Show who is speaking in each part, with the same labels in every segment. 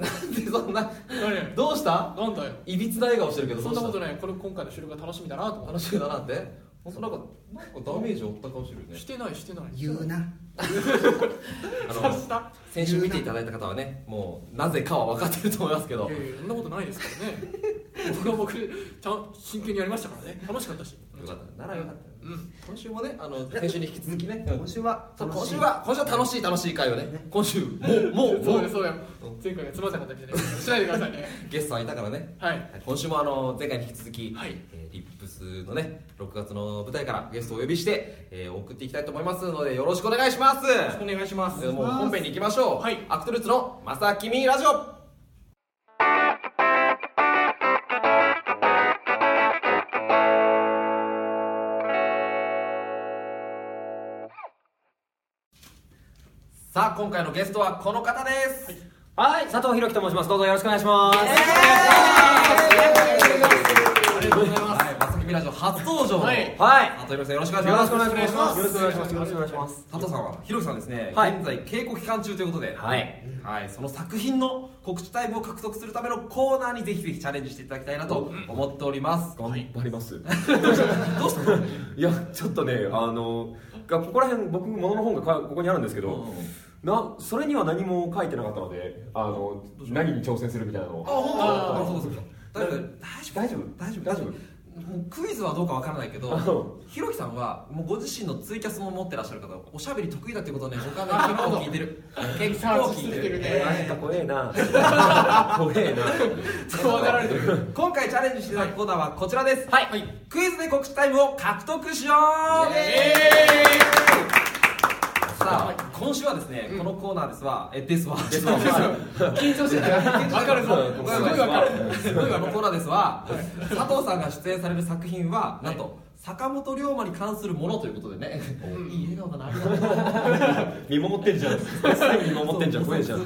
Speaker 1: ってそんな
Speaker 2: 何
Speaker 1: どうした
Speaker 2: なんだよ
Speaker 1: いびつな笑顔してるけど
Speaker 2: そんなこと
Speaker 1: い
Speaker 2: ないこれ今回の収録が楽しみだなと思っ
Speaker 1: 楽しみだなって本当なんかなんかダメージ負った顔してるよ
Speaker 2: て
Speaker 1: ね
Speaker 2: してないしてない
Speaker 3: 言うな
Speaker 1: あ
Speaker 2: 察
Speaker 1: の
Speaker 2: した
Speaker 1: 先週見ていただいた方はねもうなぜかは分かってると思いますけど
Speaker 2: いやいやそんなことないですからね僕は僕でちゃん真剣にやりましたからね楽しかったし
Speaker 1: よかったならよかった
Speaker 2: うん
Speaker 1: 今週もねあの先週に引き続きね
Speaker 3: 今週は
Speaker 1: そう
Speaker 3: 楽
Speaker 1: 今
Speaker 3: しい
Speaker 1: 週は今週は楽しい楽しい会をね
Speaker 3: ね
Speaker 1: 今週もうもう も
Speaker 2: そうよ
Speaker 1: う
Speaker 2: そうよ前回がつまんなかったみたいなしないでくださいね
Speaker 1: ゲストさんいたからね
Speaker 2: はい
Speaker 1: 今週もあの前回に引き続き、
Speaker 2: はい
Speaker 1: えーリップスのね6月の舞台からゲストをお呼びして、えー送っていきたいと思いますのでよろしくお願いします
Speaker 2: お願いします
Speaker 1: ではもう本編に行きましょう、
Speaker 2: はい
Speaker 1: アクトルーツの「まさきみラジオ」さあ今回のゲストはこの方です、
Speaker 4: はい、佐藤弘樹と申します。どうぞよろしくお願いします。
Speaker 2: ありがとうございます
Speaker 1: はい、まさきみラジオ初登場の、
Speaker 2: はい
Speaker 4: はい、
Speaker 1: 佐藤弘樹さんよろしくお願いし
Speaker 4: よ
Speaker 1: ます
Speaker 4: ろしくお願いします。
Speaker 2: よろしくお願いします
Speaker 4: よろしくお願いします。
Speaker 1: 佐藤さんはひろきさんですね、
Speaker 4: はい
Speaker 1: 現在稽古期間中ということで、
Speaker 4: はい
Speaker 1: はいその作品の告知タイムを獲得するためのコーナーにぜひぜひチャレンジしていただきたいなと思っております、
Speaker 4: 頑張ります。
Speaker 1: どうしたの
Speaker 4: いや、ちょっとね、あの、がここら辺、僕、ものの本がかここにあるんですけど、な、それには何も書いてなかったので、あの、何に挑戦するみたいなの
Speaker 1: あ
Speaker 4: を。
Speaker 1: 本当
Speaker 2: あ
Speaker 1: あそうそうそう大丈夫
Speaker 4: 大
Speaker 1: 大丈
Speaker 4: 丈夫
Speaker 1: 夫
Speaker 4: 大丈
Speaker 1: もうクイズはどうかわからないけ
Speaker 4: あ
Speaker 1: ど
Speaker 4: そ
Speaker 1: ひろきさんはもうご自身のツイキャスも持ってらっしゃる方おしゃべり得意だっていうことをね他の結構聞いてる結構聞いてる
Speaker 2: えー
Speaker 4: なんか怖えな。 怖え
Speaker 2: 怖がられてる
Speaker 1: 今回チャレンジしていただくコーナーはこちらです、
Speaker 2: はいはい
Speaker 1: クイズで告知タイムを獲得しよう
Speaker 2: え
Speaker 1: さあ今週はですね、このコーナーですわえですわです
Speaker 2: ー緊張してたわかるぞす
Speaker 1: こ
Speaker 2: ご
Speaker 1: の
Speaker 2: い
Speaker 1: コーナー
Speaker 2: わ
Speaker 1: です
Speaker 2: か
Speaker 1: わ
Speaker 2: る
Speaker 1: このコーナーですわ佐藤さんが出演される作品は、なんと坂本龍馬に関するものということでね、いい笑顔だなありがとう
Speaker 4: な。見守ってんじゃん。見守ってんじゃん。怖えじゃん。
Speaker 1: お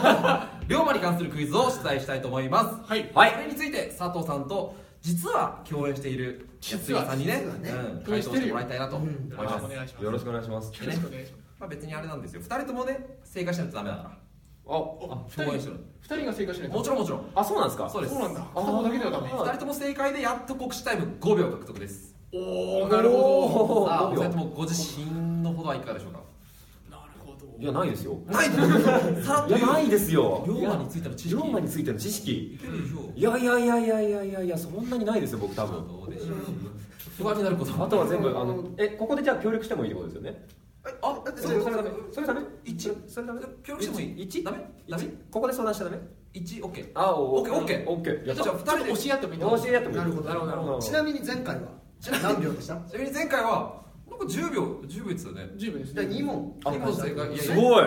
Speaker 1: 札龍馬に関するクイズを出題したいと思います
Speaker 2: はい
Speaker 1: はいそれについて佐藤さんと実は共演している安
Speaker 2: 実
Speaker 1: 井
Speaker 2: は
Speaker 1: さんにね
Speaker 3: 実はね
Speaker 1: うん回答してもらいたいなと思い
Speaker 2: よ
Speaker 1: ま
Speaker 2: ろし
Speaker 1: す
Speaker 2: くお願いします
Speaker 4: よろしくお願いします。
Speaker 2: よろしくお願いします
Speaker 1: まあ、別にあれなんですよ2人ともね正解しないとダメだか
Speaker 4: あ、
Speaker 1: ら共演してる
Speaker 2: 二人が正解しないと
Speaker 1: もちろんもちろん
Speaker 4: あ、そうなんですか。
Speaker 1: そうです
Speaker 2: そうなんだ
Speaker 4: あー
Speaker 2: 片方だけではダメ
Speaker 1: 2人とも正解でやっと告知タイム5秒獲得です
Speaker 2: おお
Speaker 4: なるほどおー
Speaker 1: さあお
Speaker 4: 5
Speaker 1: 二
Speaker 4: 秒
Speaker 1: 人ともご自身のほどはいかがでしょうか
Speaker 2: なるほど
Speaker 4: いや、ないですよ。
Speaker 1: ないですさらっと
Speaker 4: いや、
Speaker 1: 言う
Speaker 4: ないですよ。
Speaker 1: 龍馬についての知識
Speaker 4: 龍馬についての知識
Speaker 1: いけるでしょう
Speaker 4: いやいやいやいやいやいやいやそんなにないですよ僕多分
Speaker 1: どうでしょう不安になること
Speaker 4: あとは全部あのえここでじゃあ協力してもいいってことですよね
Speaker 1: あ
Speaker 4: それそれダメそれダメ
Speaker 1: 一
Speaker 4: それダメ
Speaker 1: 協力してもいい
Speaker 4: 一
Speaker 1: ダメダメ
Speaker 4: 一ここで相談しちゃダメ
Speaker 1: 一オッケー
Speaker 4: あ
Speaker 1: オッケーオッケー
Speaker 4: オッケー
Speaker 1: じゃあ
Speaker 4: やっ
Speaker 1: じゃあ
Speaker 4: た
Speaker 1: 2
Speaker 2: ち
Speaker 1: 人で
Speaker 2: ょっと教え合ってもいい
Speaker 4: 教え合ってもいい
Speaker 3: なるほど
Speaker 2: なるほどなるほ
Speaker 3: ちなみに前回は何秒でした
Speaker 1: ちなみに前回はなんか10秒10秒言ってたよね
Speaker 2: 十分です
Speaker 3: じゃあ
Speaker 2: ね
Speaker 3: 2問
Speaker 1: あ今の正解いや
Speaker 4: すごい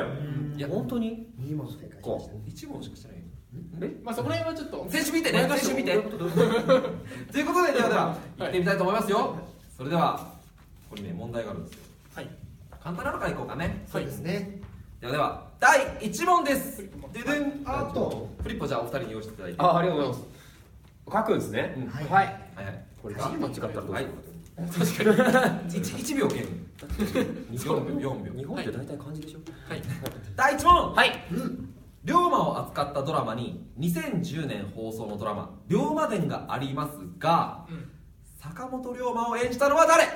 Speaker 1: いや
Speaker 4: 本当に
Speaker 3: 2問正解しましたね
Speaker 1: 1問しかしてないよ
Speaker 2: まあそこら辺はちょっと
Speaker 1: 選手見てね選手見てということでではでは行ってみたいと思いますよ、それではこれね問題があるんですよ
Speaker 2: はい
Speaker 1: 簡単なのからいこうかね
Speaker 3: そうですね
Speaker 1: ではでは第1問ですででん
Speaker 3: あと
Speaker 1: フリップをじゃあお二人に用意していただいて
Speaker 4: あありがとうございます書くんですね
Speaker 1: うん
Speaker 3: はい
Speaker 1: はいはい
Speaker 4: これが間違ったらどう
Speaker 1: は
Speaker 4: す
Speaker 1: い
Speaker 4: る
Speaker 1: 確かに 1, 秒減4秒4秒
Speaker 4: 日本って大体漢字でしょ
Speaker 2: はい
Speaker 1: 第1問はい、龍馬を扱ったドラマに2010年放送のドラマ「龍馬伝」がありますが、
Speaker 2: うん
Speaker 1: 坂本龍馬を演じたのは誰
Speaker 2: あ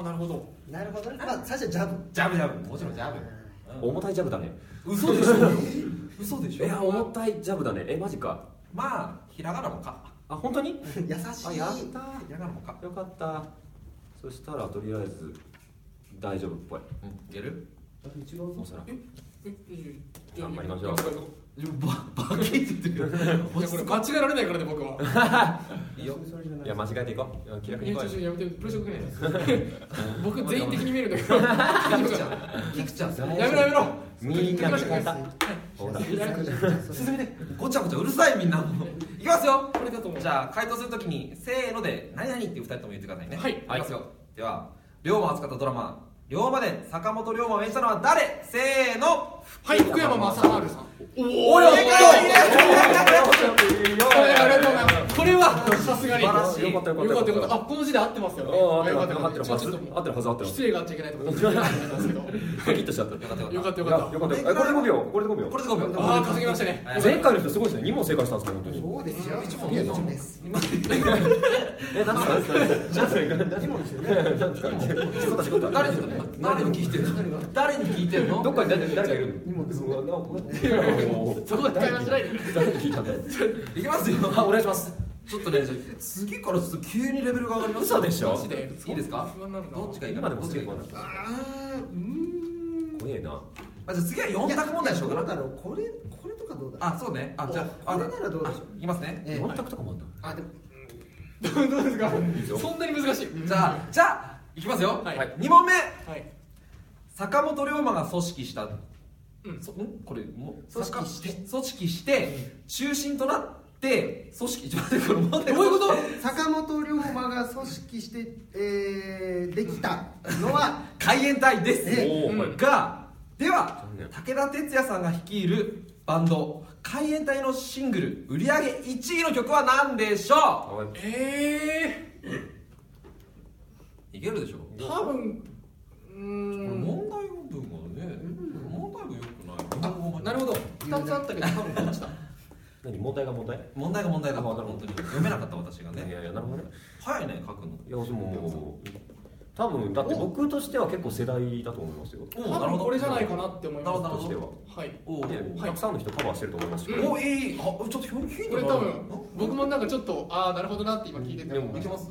Speaker 2: あなるほど
Speaker 3: なるほどねまあ最初はジャブ
Speaker 1: ジャブジャブもちろんジャブ
Speaker 4: 重たいジャブだね
Speaker 1: 嘘でしょ嘘で
Speaker 4: い
Speaker 1: しょ
Speaker 4: や重たいジャブだねえマジか
Speaker 1: まあひらがなもか
Speaker 4: あ本当に
Speaker 3: 優し
Speaker 4: あ
Speaker 3: い
Speaker 4: やったー
Speaker 1: ひらがなもか
Speaker 4: よかったそしたらとりあえず大丈夫っぽい
Speaker 1: うんいける
Speaker 3: 違う
Speaker 4: おそらく
Speaker 2: 頑
Speaker 4: 張りましょう
Speaker 1: ババケって言ってる
Speaker 2: いやこれ間違えられないからね僕は。
Speaker 1: いい よ
Speaker 3: それじゃない
Speaker 4: いや間違えていこう気楽
Speaker 2: い
Speaker 4: に
Speaker 2: やちょ
Speaker 4: 行こう
Speaker 2: っと
Speaker 4: よ
Speaker 2: やめてプレッシャーかけないで。僕全員的に見えるんだけど。や
Speaker 1: 菊ちゃん菊ちゃん
Speaker 2: めろやめろ。
Speaker 4: みんな見
Speaker 3: 優しい
Speaker 4: たほら
Speaker 1: 進めてごちゃごちゃうるさいみんなもういきますよ
Speaker 2: これだと思う。
Speaker 1: じゃあ回答するときにせーので何々っていう二人とも言ってくださいね
Speaker 2: はい
Speaker 1: いきますよでは龍馬を扱ったドラマ「龍馬で坂本龍馬を演じたのは誰?」せーの
Speaker 2: はい福山雅治さん。
Speaker 1: お
Speaker 2: お
Speaker 1: よ
Speaker 2: ー
Speaker 1: 正解です
Speaker 2: これありがとうございます。これはさすがに。
Speaker 1: 素晴らしい
Speaker 4: よかったよかっ
Speaker 2: よかったよ
Speaker 4: た
Speaker 2: かったあこの字で合ってますよね
Speaker 4: ああ
Speaker 2: よかったよ
Speaker 4: 合
Speaker 2: かっ
Speaker 4: っ
Speaker 2: てたちょ
Speaker 4: るは
Speaker 2: ち
Speaker 4: ず
Speaker 2: ょっと
Speaker 4: 合ってるはず合ってるはず
Speaker 2: 失礼があっちゃいけないところ言ってなかったんですけど
Speaker 4: ドキッとしちゃった
Speaker 1: よかったよ
Speaker 2: よ
Speaker 1: か
Speaker 2: か
Speaker 1: っ
Speaker 2: ったた
Speaker 1: よ
Speaker 2: よ
Speaker 1: か
Speaker 2: か
Speaker 1: っ
Speaker 2: った
Speaker 4: いやよかったよあこれで5秒これで5
Speaker 1: た
Speaker 4: 秒
Speaker 1: これで5秒
Speaker 2: ああ稼ぎましたね
Speaker 1: はい
Speaker 4: 前回の人すごいですね2問正解したんですね本当に
Speaker 3: そうですよ。一
Speaker 1: 問
Speaker 3: 問です。
Speaker 4: え何です か何ですか
Speaker 3: 問ですよね。
Speaker 4: 何ですか何ですか仕事仕事
Speaker 1: 誰に誰に聞いてるの誰に聞いてるの
Speaker 4: どっかに誰誰がいるの
Speaker 3: 二問ですね
Speaker 4: うわなもう
Speaker 2: そこで会話しないで
Speaker 4: 誰に聞いたんだよ
Speaker 1: いきますよあお願いしますちょっとねじゃあ次からちょっと急にレベルが上がります
Speaker 4: 嘘でしょ
Speaker 1: マジでいいですか
Speaker 2: 不安になるな
Speaker 1: どっちがいいか
Speaker 4: 今でも
Speaker 1: どっ
Speaker 4: す
Speaker 1: ち
Speaker 4: げ
Speaker 1: が
Speaker 4: え
Speaker 1: いい
Speaker 4: 怖い
Speaker 1: か
Speaker 4: 怖えな
Speaker 1: あじゃあ次は4択問題にしようか
Speaker 3: どうだ
Speaker 1: な
Speaker 3: ろう。これこれとかどうだろう。
Speaker 1: あそうねあじゃあ
Speaker 3: これならどうでしょう
Speaker 1: あいきますね
Speaker 3: ええ
Speaker 4: 4択とかもあった
Speaker 3: あでも
Speaker 2: どうですか
Speaker 4: ですよ
Speaker 2: そんなに難しい
Speaker 1: じゃあじゃあいきますよ
Speaker 2: はい
Speaker 1: 2問目
Speaker 2: はい
Speaker 1: 坂本龍馬が組織した
Speaker 2: うん
Speaker 1: そんこれもう
Speaker 3: 組織して
Speaker 1: 坂組織して中心となって組織ちょっと待ってこれ待って
Speaker 2: どういうこと
Speaker 3: 坂本龍馬が組織してえーできたのは
Speaker 1: 海援隊です
Speaker 3: え
Speaker 4: おーはい
Speaker 1: がでは
Speaker 4: 残念
Speaker 1: 武田鉄矢さんが率いるバンド海援隊のシングル売り上げ1位の曲は何でしょ
Speaker 4: あ
Speaker 2: え
Speaker 1: ういけるでしょこ
Speaker 2: えー、多分うー
Speaker 1: れ
Speaker 2: ん
Speaker 1: 問題文がね問題文よくない
Speaker 2: あなるほど2つあったけど多分こっちだ
Speaker 4: 何問題が問題
Speaker 1: 問題が問題だ
Speaker 4: あ
Speaker 1: った
Speaker 4: なるほど
Speaker 1: 本当に読めなかった私が
Speaker 4: い
Speaker 1: ね
Speaker 4: やいやなるほどね
Speaker 1: 早いね書くの
Speaker 4: いやでも多分だって僕としては結構世代だと思いますよ
Speaker 1: おうな
Speaker 2: 多
Speaker 1: るほ
Speaker 2: 分
Speaker 1: ど
Speaker 2: これじゃないかなって思います
Speaker 1: なる
Speaker 4: と
Speaker 1: ほど
Speaker 4: しては
Speaker 2: はい
Speaker 1: おう
Speaker 4: ね
Speaker 2: はい
Speaker 4: たくさんの人カバーしてると思いますよ
Speaker 1: おいいあちょっとひょヒント
Speaker 2: これ多分
Speaker 1: 僕
Speaker 2: 僕もなんかちょっとああなるほどなって今聞いてて
Speaker 4: でも
Speaker 1: いけますい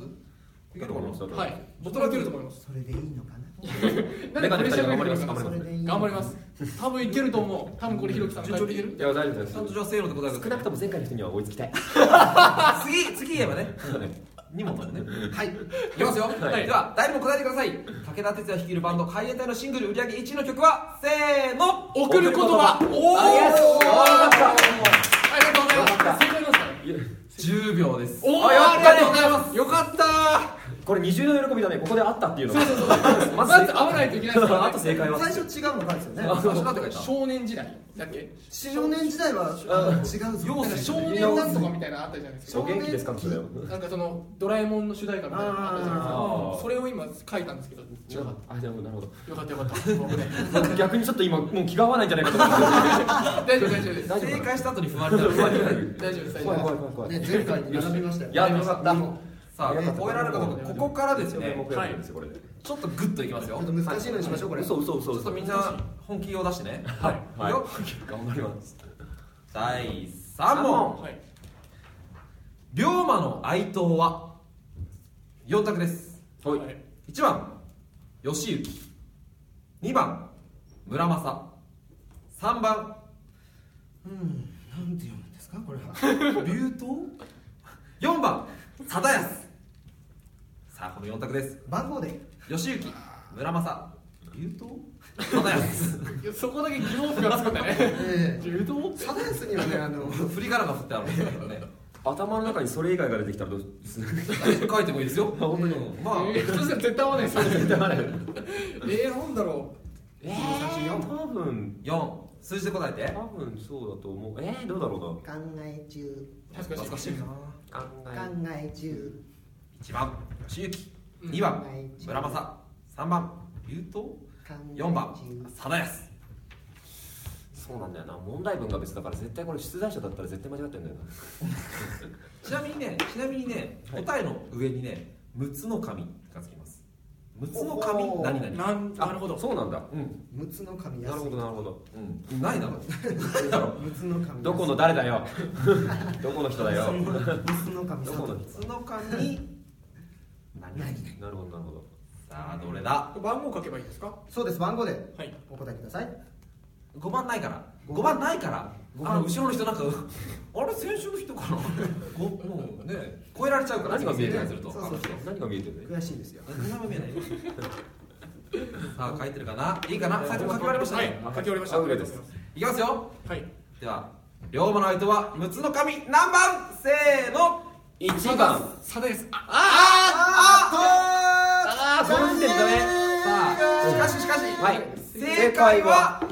Speaker 1: けるかな
Speaker 2: はい僕はいけると思います
Speaker 3: それでいいのか
Speaker 2: なんでプレッシャーがかかるのか
Speaker 3: な。
Speaker 4: 頑張り
Speaker 2: な
Speaker 3: それでいいのか
Speaker 2: 頑
Speaker 3: な
Speaker 2: 張ります多分いけると思う多分これひろきさん
Speaker 1: 順調にいける
Speaker 4: いや大丈夫です
Speaker 1: ちゃんと女性ので答えが
Speaker 4: 少なくとも前回の人には追いつきたい
Speaker 1: 次次言えばね2問だもんね
Speaker 3: はい。
Speaker 1: いきますよ、
Speaker 4: はい
Speaker 1: では誰でも答えてください武田鉄矢率いるバンド海援隊のシングル売り上げ1位の曲はせーの
Speaker 2: 送る言葉
Speaker 1: お
Speaker 2: おお
Speaker 1: ー
Speaker 2: あ
Speaker 1: あ
Speaker 2: り
Speaker 1: やった
Speaker 2: がとうございます正解ですか
Speaker 4: いや
Speaker 1: 10秒です
Speaker 2: おー
Speaker 1: あ
Speaker 2: ありがとうござい
Speaker 1: やっ
Speaker 2: ますよかった
Speaker 4: これ二重の喜びだねここであったっていうのが
Speaker 2: ーまず会わないといけないですからね
Speaker 4: あと正解は
Speaker 3: 最初違うのかですよね。
Speaker 1: たね私なんて書いた
Speaker 2: 少年時代だっけ
Speaker 3: 少年時代はあ違うぞ。
Speaker 2: なんか少年なんとかみたいなのあったじゃないですか
Speaker 4: お元気ですかの人だよ
Speaker 2: なんかそのドラえもんの主題歌みたいなのあったじゃないです
Speaker 4: あ
Speaker 2: か
Speaker 4: ー
Speaker 2: それを今書いたんですけど違かっ
Speaker 4: あなるほどなるほ
Speaker 2: たよかったよかった僕ね
Speaker 4: ど逆にちょっと今もう気が合わないんじゃないかと思って
Speaker 2: 大丈夫大丈夫です
Speaker 1: た正解した後に踏まれ たら
Speaker 2: 大丈夫です大丈
Speaker 4: 怖い
Speaker 2: 夫で
Speaker 4: 怖い怖い怖い
Speaker 3: ね前回に並びましたよ。
Speaker 4: いやでもよかった
Speaker 1: さあ超えられるかどうかここからですね
Speaker 4: 僕やるんですよこれで
Speaker 1: ちょっとグッといきますよ
Speaker 3: ちょっと難しいのにしましょうこれ。
Speaker 4: 嘘嘘
Speaker 1: ち
Speaker 4: 嘘
Speaker 1: ょっとみんな本気を出してね
Speaker 4: はいはい
Speaker 1: よ
Speaker 4: 頑張ります
Speaker 1: 第3問
Speaker 2: すはい
Speaker 1: 龍馬の哀悼は4択です
Speaker 4: はい
Speaker 2: はい
Speaker 1: 1番義行2番村正3番
Speaker 3: うん。なんて読むんですかこれは。
Speaker 1: 竜頭4番貞康さあこの4択です
Speaker 3: 番号で。
Speaker 1: 義行村正竜頭貞康
Speaker 2: いやそこだけ疑問符がつくんだね
Speaker 3: ええ。
Speaker 2: 柔道
Speaker 3: サダヤスにはねあの。
Speaker 1: 振り仮名が振ってあるんですけどね
Speaker 4: 頭の中にそれ以外が出てきたらどうする
Speaker 1: 書いてもいいですよ
Speaker 4: 本当に
Speaker 1: まあ
Speaker 2: えーそしたら絶対合わないですよ絶対合わないえー、なんだろ
Speaker 4: えー多分
Speaker 1: 4数字で答えて
Speaker 4: 多分そうだと思うえーどうだろ
Speaker 3: 考え中。
Speaker 2: う恥ずかしい
Speaker 1: 懐かしいな
Speaker 4: うな考
Speaker 3: 考
Speaker 4: え
Speaker 3: え中。
Speaker 1: 1番義行
Speaker 2: うん
Speaker 1: 2番村正3番竜頭
Speaker 3: 考え中
Speaker 1: 4番貞康
Speaker 4: そうなんだよな問題文が別だから絶対これ出題者だったら絶対間違ってんだよな
Speaker 1: ちなみにね、ちなみにね、
Speaker 4: はい
Speaker 1: 答えの上にね、六つの神がつきます。六つの神
Speaker 3: おー
Speaker 1: 何
Speaker 2: う
Speaker 1: 々。
Speaker 2: なんなるほど
Speaker 4: そうなんだうん
Speaker 3: 六つの神
Speaker 4: なる
Speaker 3: 安
Speaker 4: ほどなるほど
Speaker 1: うん、ない だろ。ないだろ。
Speaker 3: 六つの神安
Speaker 4: どこの誰だよどこの人だよ
Speaker 3: 六つの神
Speaker 4: ど
Speaker 3: 佐
Speaker 4: この
Speaker 3: 藤
Speaker 1: 六つの神。何々。
Speaker 3: 何
Speaker 4: なるほどなるほど
Speaker 1: さあ、どれだ。
Speaker 2: 番号書けばいいですか
Speaker 3: そうです番号で
Speaker 2: はい
Speaker 3: お答えください
Speaker 1: 五番ないから。
Speaker 3: 五
Speaker 1: 五
Speaker 3: 番
Speaker 1: 番ないから。
Speaker 3: 五番
Speaker 1: あの後ろの人なんか。あれ、先週の人かな。ご、もうね、超えられちゃうから。
Speaker 4: 何が見えて
Speaker 1: 正
Speaker 4: る
Speaker 1: 解すると。
Speaker 3: そうそ
Speaker 1: あ
Speaker 3: う
Speaker 1: の人
Speaker 4: 何が見えてるね
Speaker 3: 悔しいですよ
Speaker 1: 何も見えない。さあ、書いてるかな。いいかな。さっきも書き終わりましたね。
Speaker 2: はい書き終わりました
Speaker 4: あ OK です
Speaker 1: いきますよ。
Speaker 2: はい
Speaker 1: では龍馬の相手は六つの神何番せーの
Speaker 4: 1番
Speaker 2: サダですあ
Speaker 1: あーあ
Speaker 4: ああそうしてるだね
Speaker 1: さあしかししかし、
Speaker 4: はい
Speaker 1: 正解は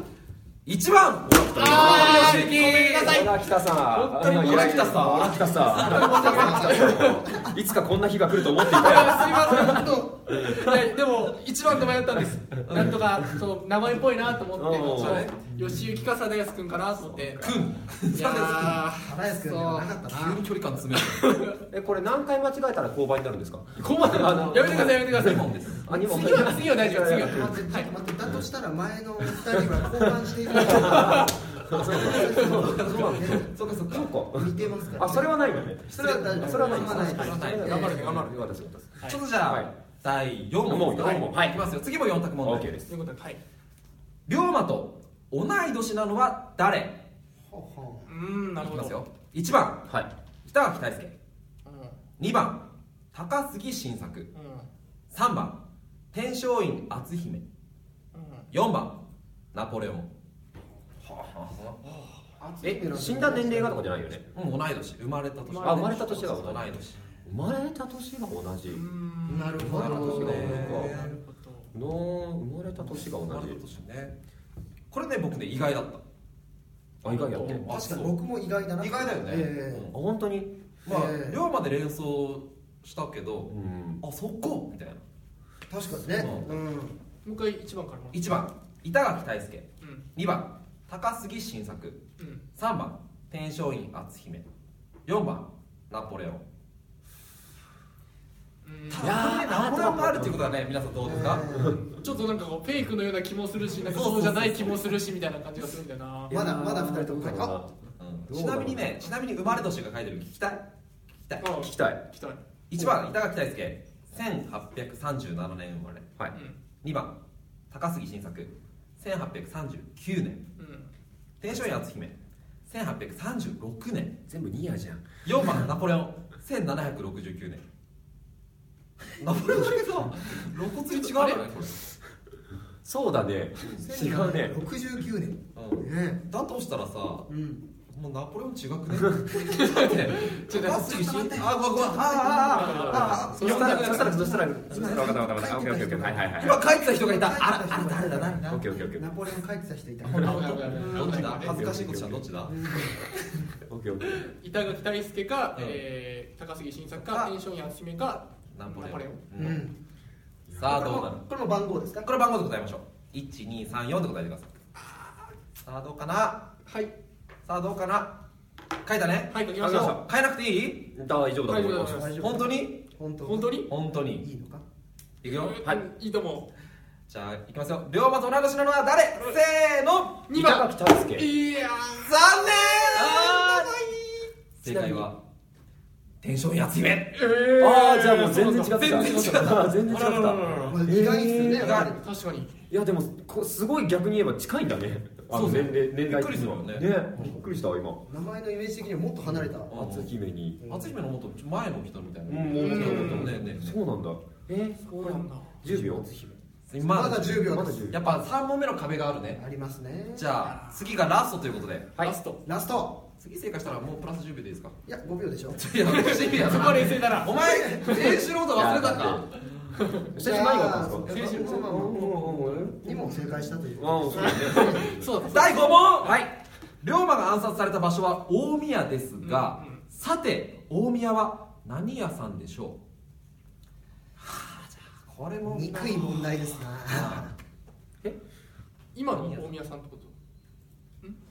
Speaker 1: 一番
Speaker 2: あ
Speaker 1: ー
Speaker 2: ごめんなさい
Speaker 4: ら来たさ
Speaker 2: 本当に
Speaker 1: ほら来たさ
Speaker 4: ほら来たさいつかこんな日が来ると思っていたよ
Speaker 2: ません本当いやでも一番で迷ったんですなんとかその名前っぽいなと思って
Speaker 4: うん
Speaker 2: そう吉行か貞康君かなと思って
Speaker 1: くん
Speaker 2: いやー
Speaker 3: 花安くんではなかった
Speaker 1: 急
Speaker 3: な
Speaker 1: に距離感詰め る
Speaker 4: えこれ何回間違えたら勾配になるんですか
Speaker 2: 困るやめてくださいやめてください
Speaker 1: 二本です
Speaker 4: あ二問
Speaker 2: 次は次は大丈夫次は
Speaker 3: 待ってちょっと待ってだとしたら前の2人は交換している
Speaker 4: そうかそうかそう
Speaker 3: 似てますから
Speaker 4: かあそれはないよね
Speaker 3: それは大丈夫
Speaker 4: それはない
Speaker 3: それはない
Speaker 1: それはない
Speaker 4: 頑張るね頑張るねよかったですよかったで
Speaker 1: ち
Speaker 4: す
Speaker 1: ょっとじゃあ、
Speaker 4: はい
Speaker 1: 第4問ですか
Speaker 4: 四問はい
Speaker 1: いきますよ次も4択問題、
Speaker 4: OK です
Speaker 2: ということではい
Speaker 1: 龍馬と同い年なのは誰
Speaker 3: ほうほ
Speaker 2: うーんないる
Speaker 1: き
Speaker 2: ほ
Speaker 1: ます
Speaker 2: ど
Speaker 1: よ1番
Speaker 4: はい
Speaker 1: 北脇大輔
Speaker 2: う
Speaker 1: 2番高杉晋作
Speaker 2: んうん
Speaker 1: 3番天璋院篤姫
Speaker 2: うん
Speaker 1: 4番ナポレオン
Speaker 3: う
Speaker 4: え死んだ年齢がとかじゃないよね
Speaker 1: うん同い年生まれた年
Speaker 4: あ生まれた年が
Speaker 1: 同
Speaker 4: 同
Speaker 1: い
Speaker 4: い
Speaker 1: 年
Speaker 4: 生まれた年が同じ
Speaker 3: なるほ
Speaker 1: なるほ
Speaker 3: ど
Speaker 1: どね
Speaker 2: なるほど
Speaker 4: の生まれた年が
Speaker 1: 生ま
Speaker 4: 同
Speaker 1: れた
Speaker 4: じ
Speaker 1: 年ねこれね僕ね意外だった
Speaker 4: あ意外やってあ
Speaker 1: あ
Speaker 3: 確かに
Speaker 1: そう
Speaker 3: 僕も意外だな
Speaker 1: 意外だよね、
Speaker 3: え
Speaker 4: 本当に
Speaker 1: うんまあ、
Speaker 3: ええ
Speaker 1: 龍馬で連想したけ
Speaker 4: う
Speaker 1: ど
Speaker 4: ん
Speaker 1: あそこみたいな
Speaker 3: え確かにねうん
Speaker 2: もう一回一番からもら
Speaker 1: 1番板垣大輔
Speaker 2: ううん
Speaker 1: 2番高杉晋作
Speaker 2: うん
Speaker 1: 3番天璋院篤姫4番ナポレオン
Speaker 2: うん
Speaker 1: ただねナポレオンがあるっていうことはね皆さんどうですか、
Speaker 2: ちょっとなんかこうフェイクのような気もするしなんかそうじゃない気もするしみたいな感じがするんだよな
Speaker 3: まだまだ二人とも書いてあ
Speaker 1: うんちなみにねちなみに生まれ年が書いてる聞きたい聞きたい
Speaker 2: 聞
Speaker 4: 聞きたい
Speaker 2: きたい
Speaker 1: 1番板垣大輔1837年生まれ
Speaker 4: はいう
Speaker 1: 2番高杉晋作1839年
Speaker 2: んうん
Speaker 1: 天璋院篤姫1836年
Speaker 4: 全部ニアじゃん
Speaker 1: 4番ナポレオン1769年ナポレオンだけど露骨に違うよねこ
Speaker 4: そうだね違うね
Speaker 3: 6769
Speaker 1: れ、う
Speaker 3: 年
Speaker 1: ん
Speaker 3: ね
Speaker 1: だとしたらさも
Speaker 3: えうん
Speaker 1: うナポレオン違くねだって
Speaker 2: ちょっと
Speaker 1: 高
Speaker 2: 待っ
Speaker 1: 杉
Speaker 2: て
Speaker 1: 晋あごめんごめんああああああ
Speaker 4: そしたらそしたらそしたらそしたら分かった分かった分かったオッケーオッケーオッケーはいはいはい
Speaker 1: 今書いてた人がいたあらあれ誰だ誰だ
Speaker 4: オッケーオッケーオッケー
Speaker 3: ナポレオン書いてた人いた
Speaker 2: 危ない危ない
Speaker 1: どっ
Speaker 2: 危
Speaker 1: ち
Speaker 2: ない
Speaker 1: だ恥ずかしいことしたらどっちだ
Speaker 4: オッケーオッケー
Speaker 2: 板垣大輔か、
Speaker 1: うん
Speaker 2: えー高杉晋作か、
Speaker 1: あ
Speaker 2: テンションやつめか、
Speaker 1: ナポレオン
Speaker 2: ナポレオン
Speaker 1: う
Speaker 3: うんん
Speaker 1: さあどうなる
Speaker 3: これも番号ですか
Speaker 1: これ番号で答えましょう1234で答えてくださいさあどうかな
Speaker 2: はい、
Speaker 1: さあどうかな書いたね
Speaker 2: はい、書きましょ
Speaker 1: 変えなくていい
Speaker 4: 大丈夫だと思います
Speaker 2: 大
Speaker 1: 本当に
Speaker 3: 本
Speaker 2: う。
Speaker 3: 当
Speaker 2: 本当に？
Speaker 1: 本当に
Speaker 3: いいのか
Speaker 1: いくよ
Speaker 4: はい
Speaker 2: い、いいと思
Speaker 1: じゃあいきますよ龍馬と同い年なのは誰せーの
Speaker 2: う。二
Speaker 4: 板
Speaker 2: 番。
Speaker 4: 垣大輔
Speaker 2: いや
Speaker 1: 残念正解は天正やつ姫
Speaker 2: ー、えー
Speaker 4: ああじゃあもう全然違った
Speaker 1: 全然違った
Speaker 4: あー全然違っ
Speaker 2: あらららら
Speaker 4: た
Speaker 3: まあ意外っすよね
Speaker 4: えー
Speaker 1: 意外
Speaker 2: 確かに。
Speaker 4: いやでもこすごい逆に言えば近いんだねあの
Speaker 1: そうそう
Speaker 4: 年齢年
Speaker 1: び
Speaker 4: 代
Speaker 1: っくりするよね
Speaker 4: びっくりしたわ今
Speaker 3: 名前のイメージ的にはもっと離れた
Speaker 1: うん
Speaker 4: 篤姫に
Speaker 1: 篤姫のもっと前の人みたいな
Speaker 4: うんもう
Speaker 2: 思った
Speaker 1: ね
Speaker 2: 思った
Speaker 1: ねね
Speaker 4: そうなんだえ
Speaker 2: そうなんだ。
Speaker 4: 10秒
Speaker 1: 今
Speaker 3: まだ10秒
Speaker 4: まだ
Speaker 3: です
Speaker 4: 10秒
Speaker 1: やっぱ3問目の壁があるね
Speaker 3: ありますね
Speaker 1: じゃあ次がラストということで
Speaker 4: はい
Speaker 2: ラスト。
Speaker 3: ラスト
Speaker 1: 次正解したらもうプラス10秒でいいですか
Speaker 3: いや5秒でしょ
Speaker 1: いや、楽しみや
Speaker 2: そこは冷静だな。
Speaker 1: お前、練習のこと忘れた
Speaker 4: いや
Speaker 1: か。
Speaker 4: 先生何があったんです
Speaker 3: 先
Speaker 4: か
Speaker 3: 週
Speaker 2: 先週
Speaker 3: まあまあまあ
Speaker 4: う
Speaker 3: にも正解したという
Speaker 4: あそうね
Speaker 2: そうだ。
Speaker 1: 第5問はい。龍馬が暗殺された場所は大宮ですが、
Speaker 2: うん
Speaker 1: さて、大宮は何屋さんでしょうこれも
Speaker 3: 憎い問題ですな
Speaker 2: 今の大宮さんってこと。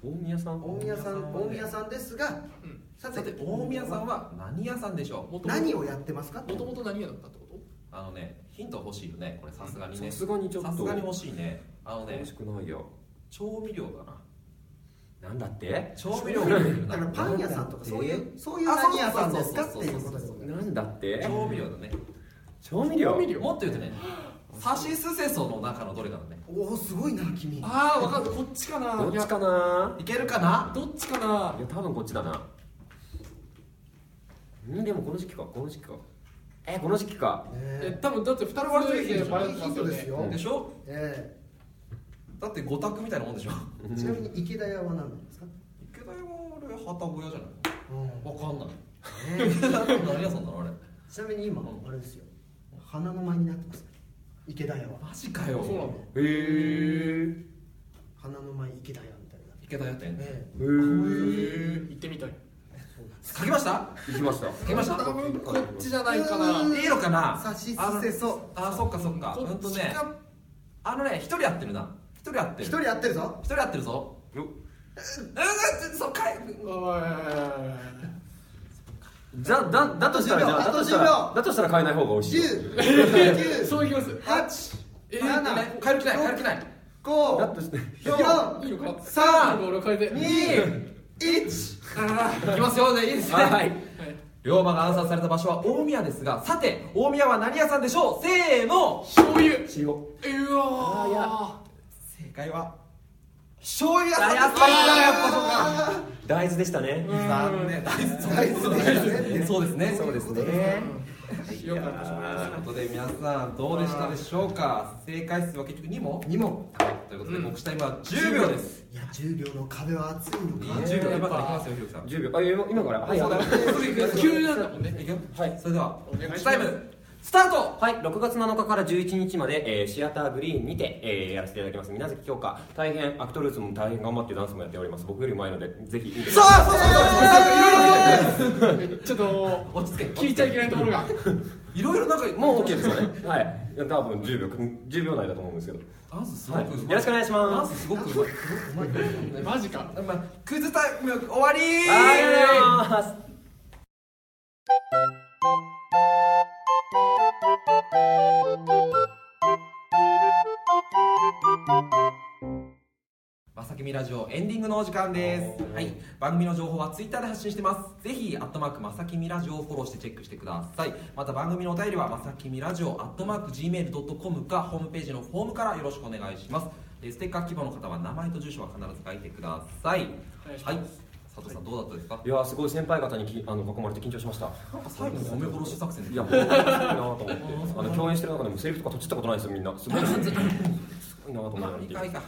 Speaker 4: 大宮さん
Speaker 3: 大宮さん大宮さんですが
Speaker 2: うん。
Speaker 3: さ
Speaker 1: さて、大宮さんは何屋さんでしょう
Speaker 2: もとも
Speaker 3: 何をやってますか
Speaker 2: ともと何屋だったってこと？
Speaker 1: あのね、ヒント欲しいよね、これさすがにね。
Speaker 4: さ
Speaker 1: さ
Speaker 4: すがにちょっと
Speaker 1: すがに欲しいね。あのね
Speaker 4: 欲、しくないよ
Speaker 1: 調味料だな。
Speaker 4: なんだって
Speaker 1: 調味料が出てくる
Speaker 3: だ
Speaker 1: な
Speaker 3: からパン屋さんとかそういうそういう
Speaker 1: あそう
Speaker 3: 何
Speaker 1: そう
Speaker 3: 屋
Speaker 1: そうそ
Speaker 3: さ
Speaker 1: う
Speaker 3: んですかっていうことです
Speaker 4: なんだって
Speaker 1: 調味料だね。
Speaker 4: 調味料
Speaker 1: もっと言うと ね、さしすせその中のどれかだね。
Speaker 3: おおすごいな君
Speaker 2: ああ、わかる。こっちかな。
Speaker 4: どっ
Speaker 2: いや
Speaker 4: ちかない。
Speaker 1: けるかな
Speaker 2: どっちかない
Speaker 4: や多分こっちだなんでもこの時期かこの時期かえこの時期か
Speaker 2: え
Speaker 3: え、
Speaker 2: 多分だって二人割れてるバレてますよね。
Speaker 3: うん
Speaker 1: でしょ
Speaker 3: え
Speaker 1: だって五択みたいなもんでしょ
Speaker 3: えちなみに池田屋は何なんですか
Speaker 1: 池田屋は俺旗小屋じゃ
Speaker 3: うん
Speaker 1: ないわかんない池田屋って何屋さんだろうあれ
Speaker 3: ちなみに今あれですよ花の間になってます池田屋は
Speaker 1: マジかよ
Speaker 2: そうなんだ。
Speaker 4: へえ
Speaker 3: 花の間池田屋みたいな
Speaker 1: 池田屋ってね
Speaker 3: ええ
Speaker 4: へえ
Speaker 1: 池きました
Speaker 4: 行きました
Speaker 1: 行きました
Speaker 2: 多分こっちじゃないかな
Speaker 3: うん
Speaker 1: いいのかな
Speaker 3: 差しすせそう
Speaker 1: あのあそっかそっか
Speaker 2: こ
Speaker 1: うんと
Speaker 2: っち
Speaker 1: ね
Speaker 2: か
Speaker 1: あのね一人やってるな一人やって
Speaker 3: 一
Speaker 1: る
Speaker 3: 人やってるぞ
Speaker 1: 一人やってるぞ
Speaker 4: よ
Speaker 1: うんうんそうかい
Speaker 2: おい
Speaker 4: じゃあだだとしたら
Speaker 3: 10
Speaker 4: じ
Speaker 3: 秒
Speaker 4: ゃあだとしたら
Speaker 3: あと10秒
Speaker 4: だとしたら変えない方が美味しいよ
Speaker 3: 10
Speaker 2: そういきます
Speaker 3: 八
Speaker 2: えー
Speaker 3: 七
Speaker 1: え帰る気ない帰る気ない
Speaker 4: だ
Speaker 3: 五
Speaker 4: として
Speaker 2: いいのか
Speaker 3: 三
Speaker 2: いいのか俺変えて
Speaker 3: 二一
Speaker 1: あー行きますよねいいですね
Speaker 4: はい
Speaker 2: はい
Speaker 1: 龍馬が暗殺された場所は大宮ですがさて大宮は何屋さんでしょうせーの
Speaker 2: 醤油
Speaker 4: 塩
Speaker 2: うわー
Speaker 1: 正解は醤油屋さん
Speaker 4: やっ
Speaker 1: ぱり
Speaker 4: 大豆でしたね
Speaker 1: 残念大豆
Speaker 3: 大豆ですね
Speaker 1: そうですね
Speaker 3: そうですね
Speaker 2: よかった
Speaker 1: ということで皆さんどうでしたでしょうか正解数は結局2問
Speaker 3: 二問
Speaker 1: ということで目視タイムは10秒です
Speaker 3: いや十秒の壁は熱い
Speaker 1: いい
Speaker 3: のか
Speaker 1: 10秒今からいきますよひろきさん
Speaker 4: 10秒あ今今からはい
Speaker 1: そうだよ
Speaker 2: 急になんだもんね
Speaker 1: いくよ
Speaker 5: はい
Speaker 1: それでは
Speaker 2: お願いし
Speaker 1: 目
Speaker 2: ます
Speaker 1: 視タイムスタート
Speaker 5: はい、6月7日から11日まで、えーシアターグリーンにて、えーやらせていただきます皆月京香大変アクトルーツも大変頑張ってダンスもやっております僕よりも前のでぜひ
Speaker 1: そうそうそうそう
Speaker 2: ちょっと
Speaker 1: そう落ち着け
Speaker 2: 聞いちゃいけないところが
Speaker 1: いろいろなんか
Speaker 4: もう OK ですよねはい多分10秒10秒内だと思うんですけど
Speaker 1: ダンスすご
Speaker 5: はい
Speaker 1: くうまい
Speaker 5: よろしくお願いし
Speaker 1: ダ
Speaker 5: ま
Speaker 1: ン
Speaker 5: す
Speaker 1: スすごくうまい
Speaker 2: マジか
Speaker 1: まあクイズタイム終わり
Speaker 5: ありがとうございます
Speaker 1: まさきみラジオエンディングのお時間です。はい、番組の情報はツイッターで発信してます。ぜひアットマークまさきみラジオをフォローしてチェックしてください。また番組のお便りはまさきみラジオアットマーク gmail ドットコムかホームページのフォームからよろしくお願いします。でステッカー希望の方は名前と住所は必ず書いてください。
Speaker 2: お願いし
Speaker 1: は
Speaker 2: ま
Speaker 1: い
Speaker 2: す、
Speaker 1: 佐藤さんどうだったですか。
Speaker 4: いやーすごい先輩方にきあの囲まれて緊張しました
Speaker 1: なんか最後に褒め殺し作戦
Speaker 4: い
Speaker 1: で。
Speaker 4: や本当にすごいな と思ってあの共演してる中でもセリフとかとちったことないですよみんなすごいすごいなと思いながら
Speaker 1: 何
Speaker 4: 見て
Speaker 1: かいいか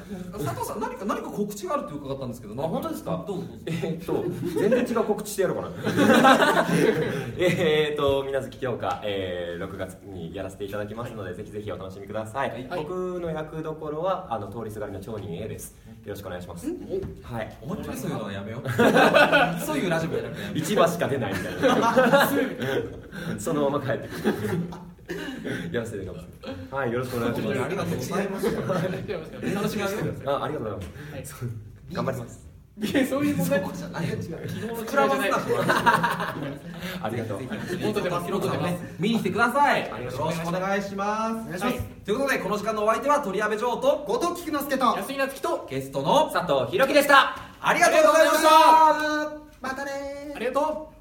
Speaker 1: 佐藤さん何か何か告知があると伺ったんですけど。
Speaker 4: あ本当ですか
Speaker 1: どうぞどうぞ。
Speaker 4: えーっと全然違う告知してやろうかな
Speaker 5: えーと水月京香、えー6月にやらせていただきますので、ぜひぜひお楽しみください、
Speaker 2: はい
Speaker 5: 僕の役どころはあの通りすがりの町人 A ですよろしくお願いします、はい
Speaker 1: 思いっきりそういうのはやめよう。そういうラジオやらなくて。
Speaker 5: 市場しか出ないみたいなそのまま帰ってく るやらせていただきますはいよろしくお願いし
Speaker 1: 本
Speaker 5: ます
Speaker 1: 当にありがとうございます。楽しみしてください。
Speaker 5: あありがとうございます、頑張ります
Speaker 2: い やそうい う問題
Speaker 1: そこじゃない。
Speaker 2: 膨
Speaker 1: 膨らますな。
Speaker 5: ありがとう
Speaker 2: 元出ます元出ます
Speaker 1: 見に来てください。よ
Speaker 5: あり
Speaker 1: ろ
Speaker 5: が
Speaker 1: し
Speaker 5: と
Speaker 1: く
Speaker 5: うご
Speaker 1: お願いしま
Speaker 3: お
Speaker 1: す。
Speaker 3: 願いします
Speaker 1: ということでこの時間のお相手は鳥矢部城と
Speaker 3: 後藤菊之助と
Speaker 2: 安井なつきと
Speaker 1: ゲストの
Speaker 5: 佐藤弘樹でした
Speaker 1: ありがとうございました。
Speaker 3: またねー
Speaker 2: ありがとう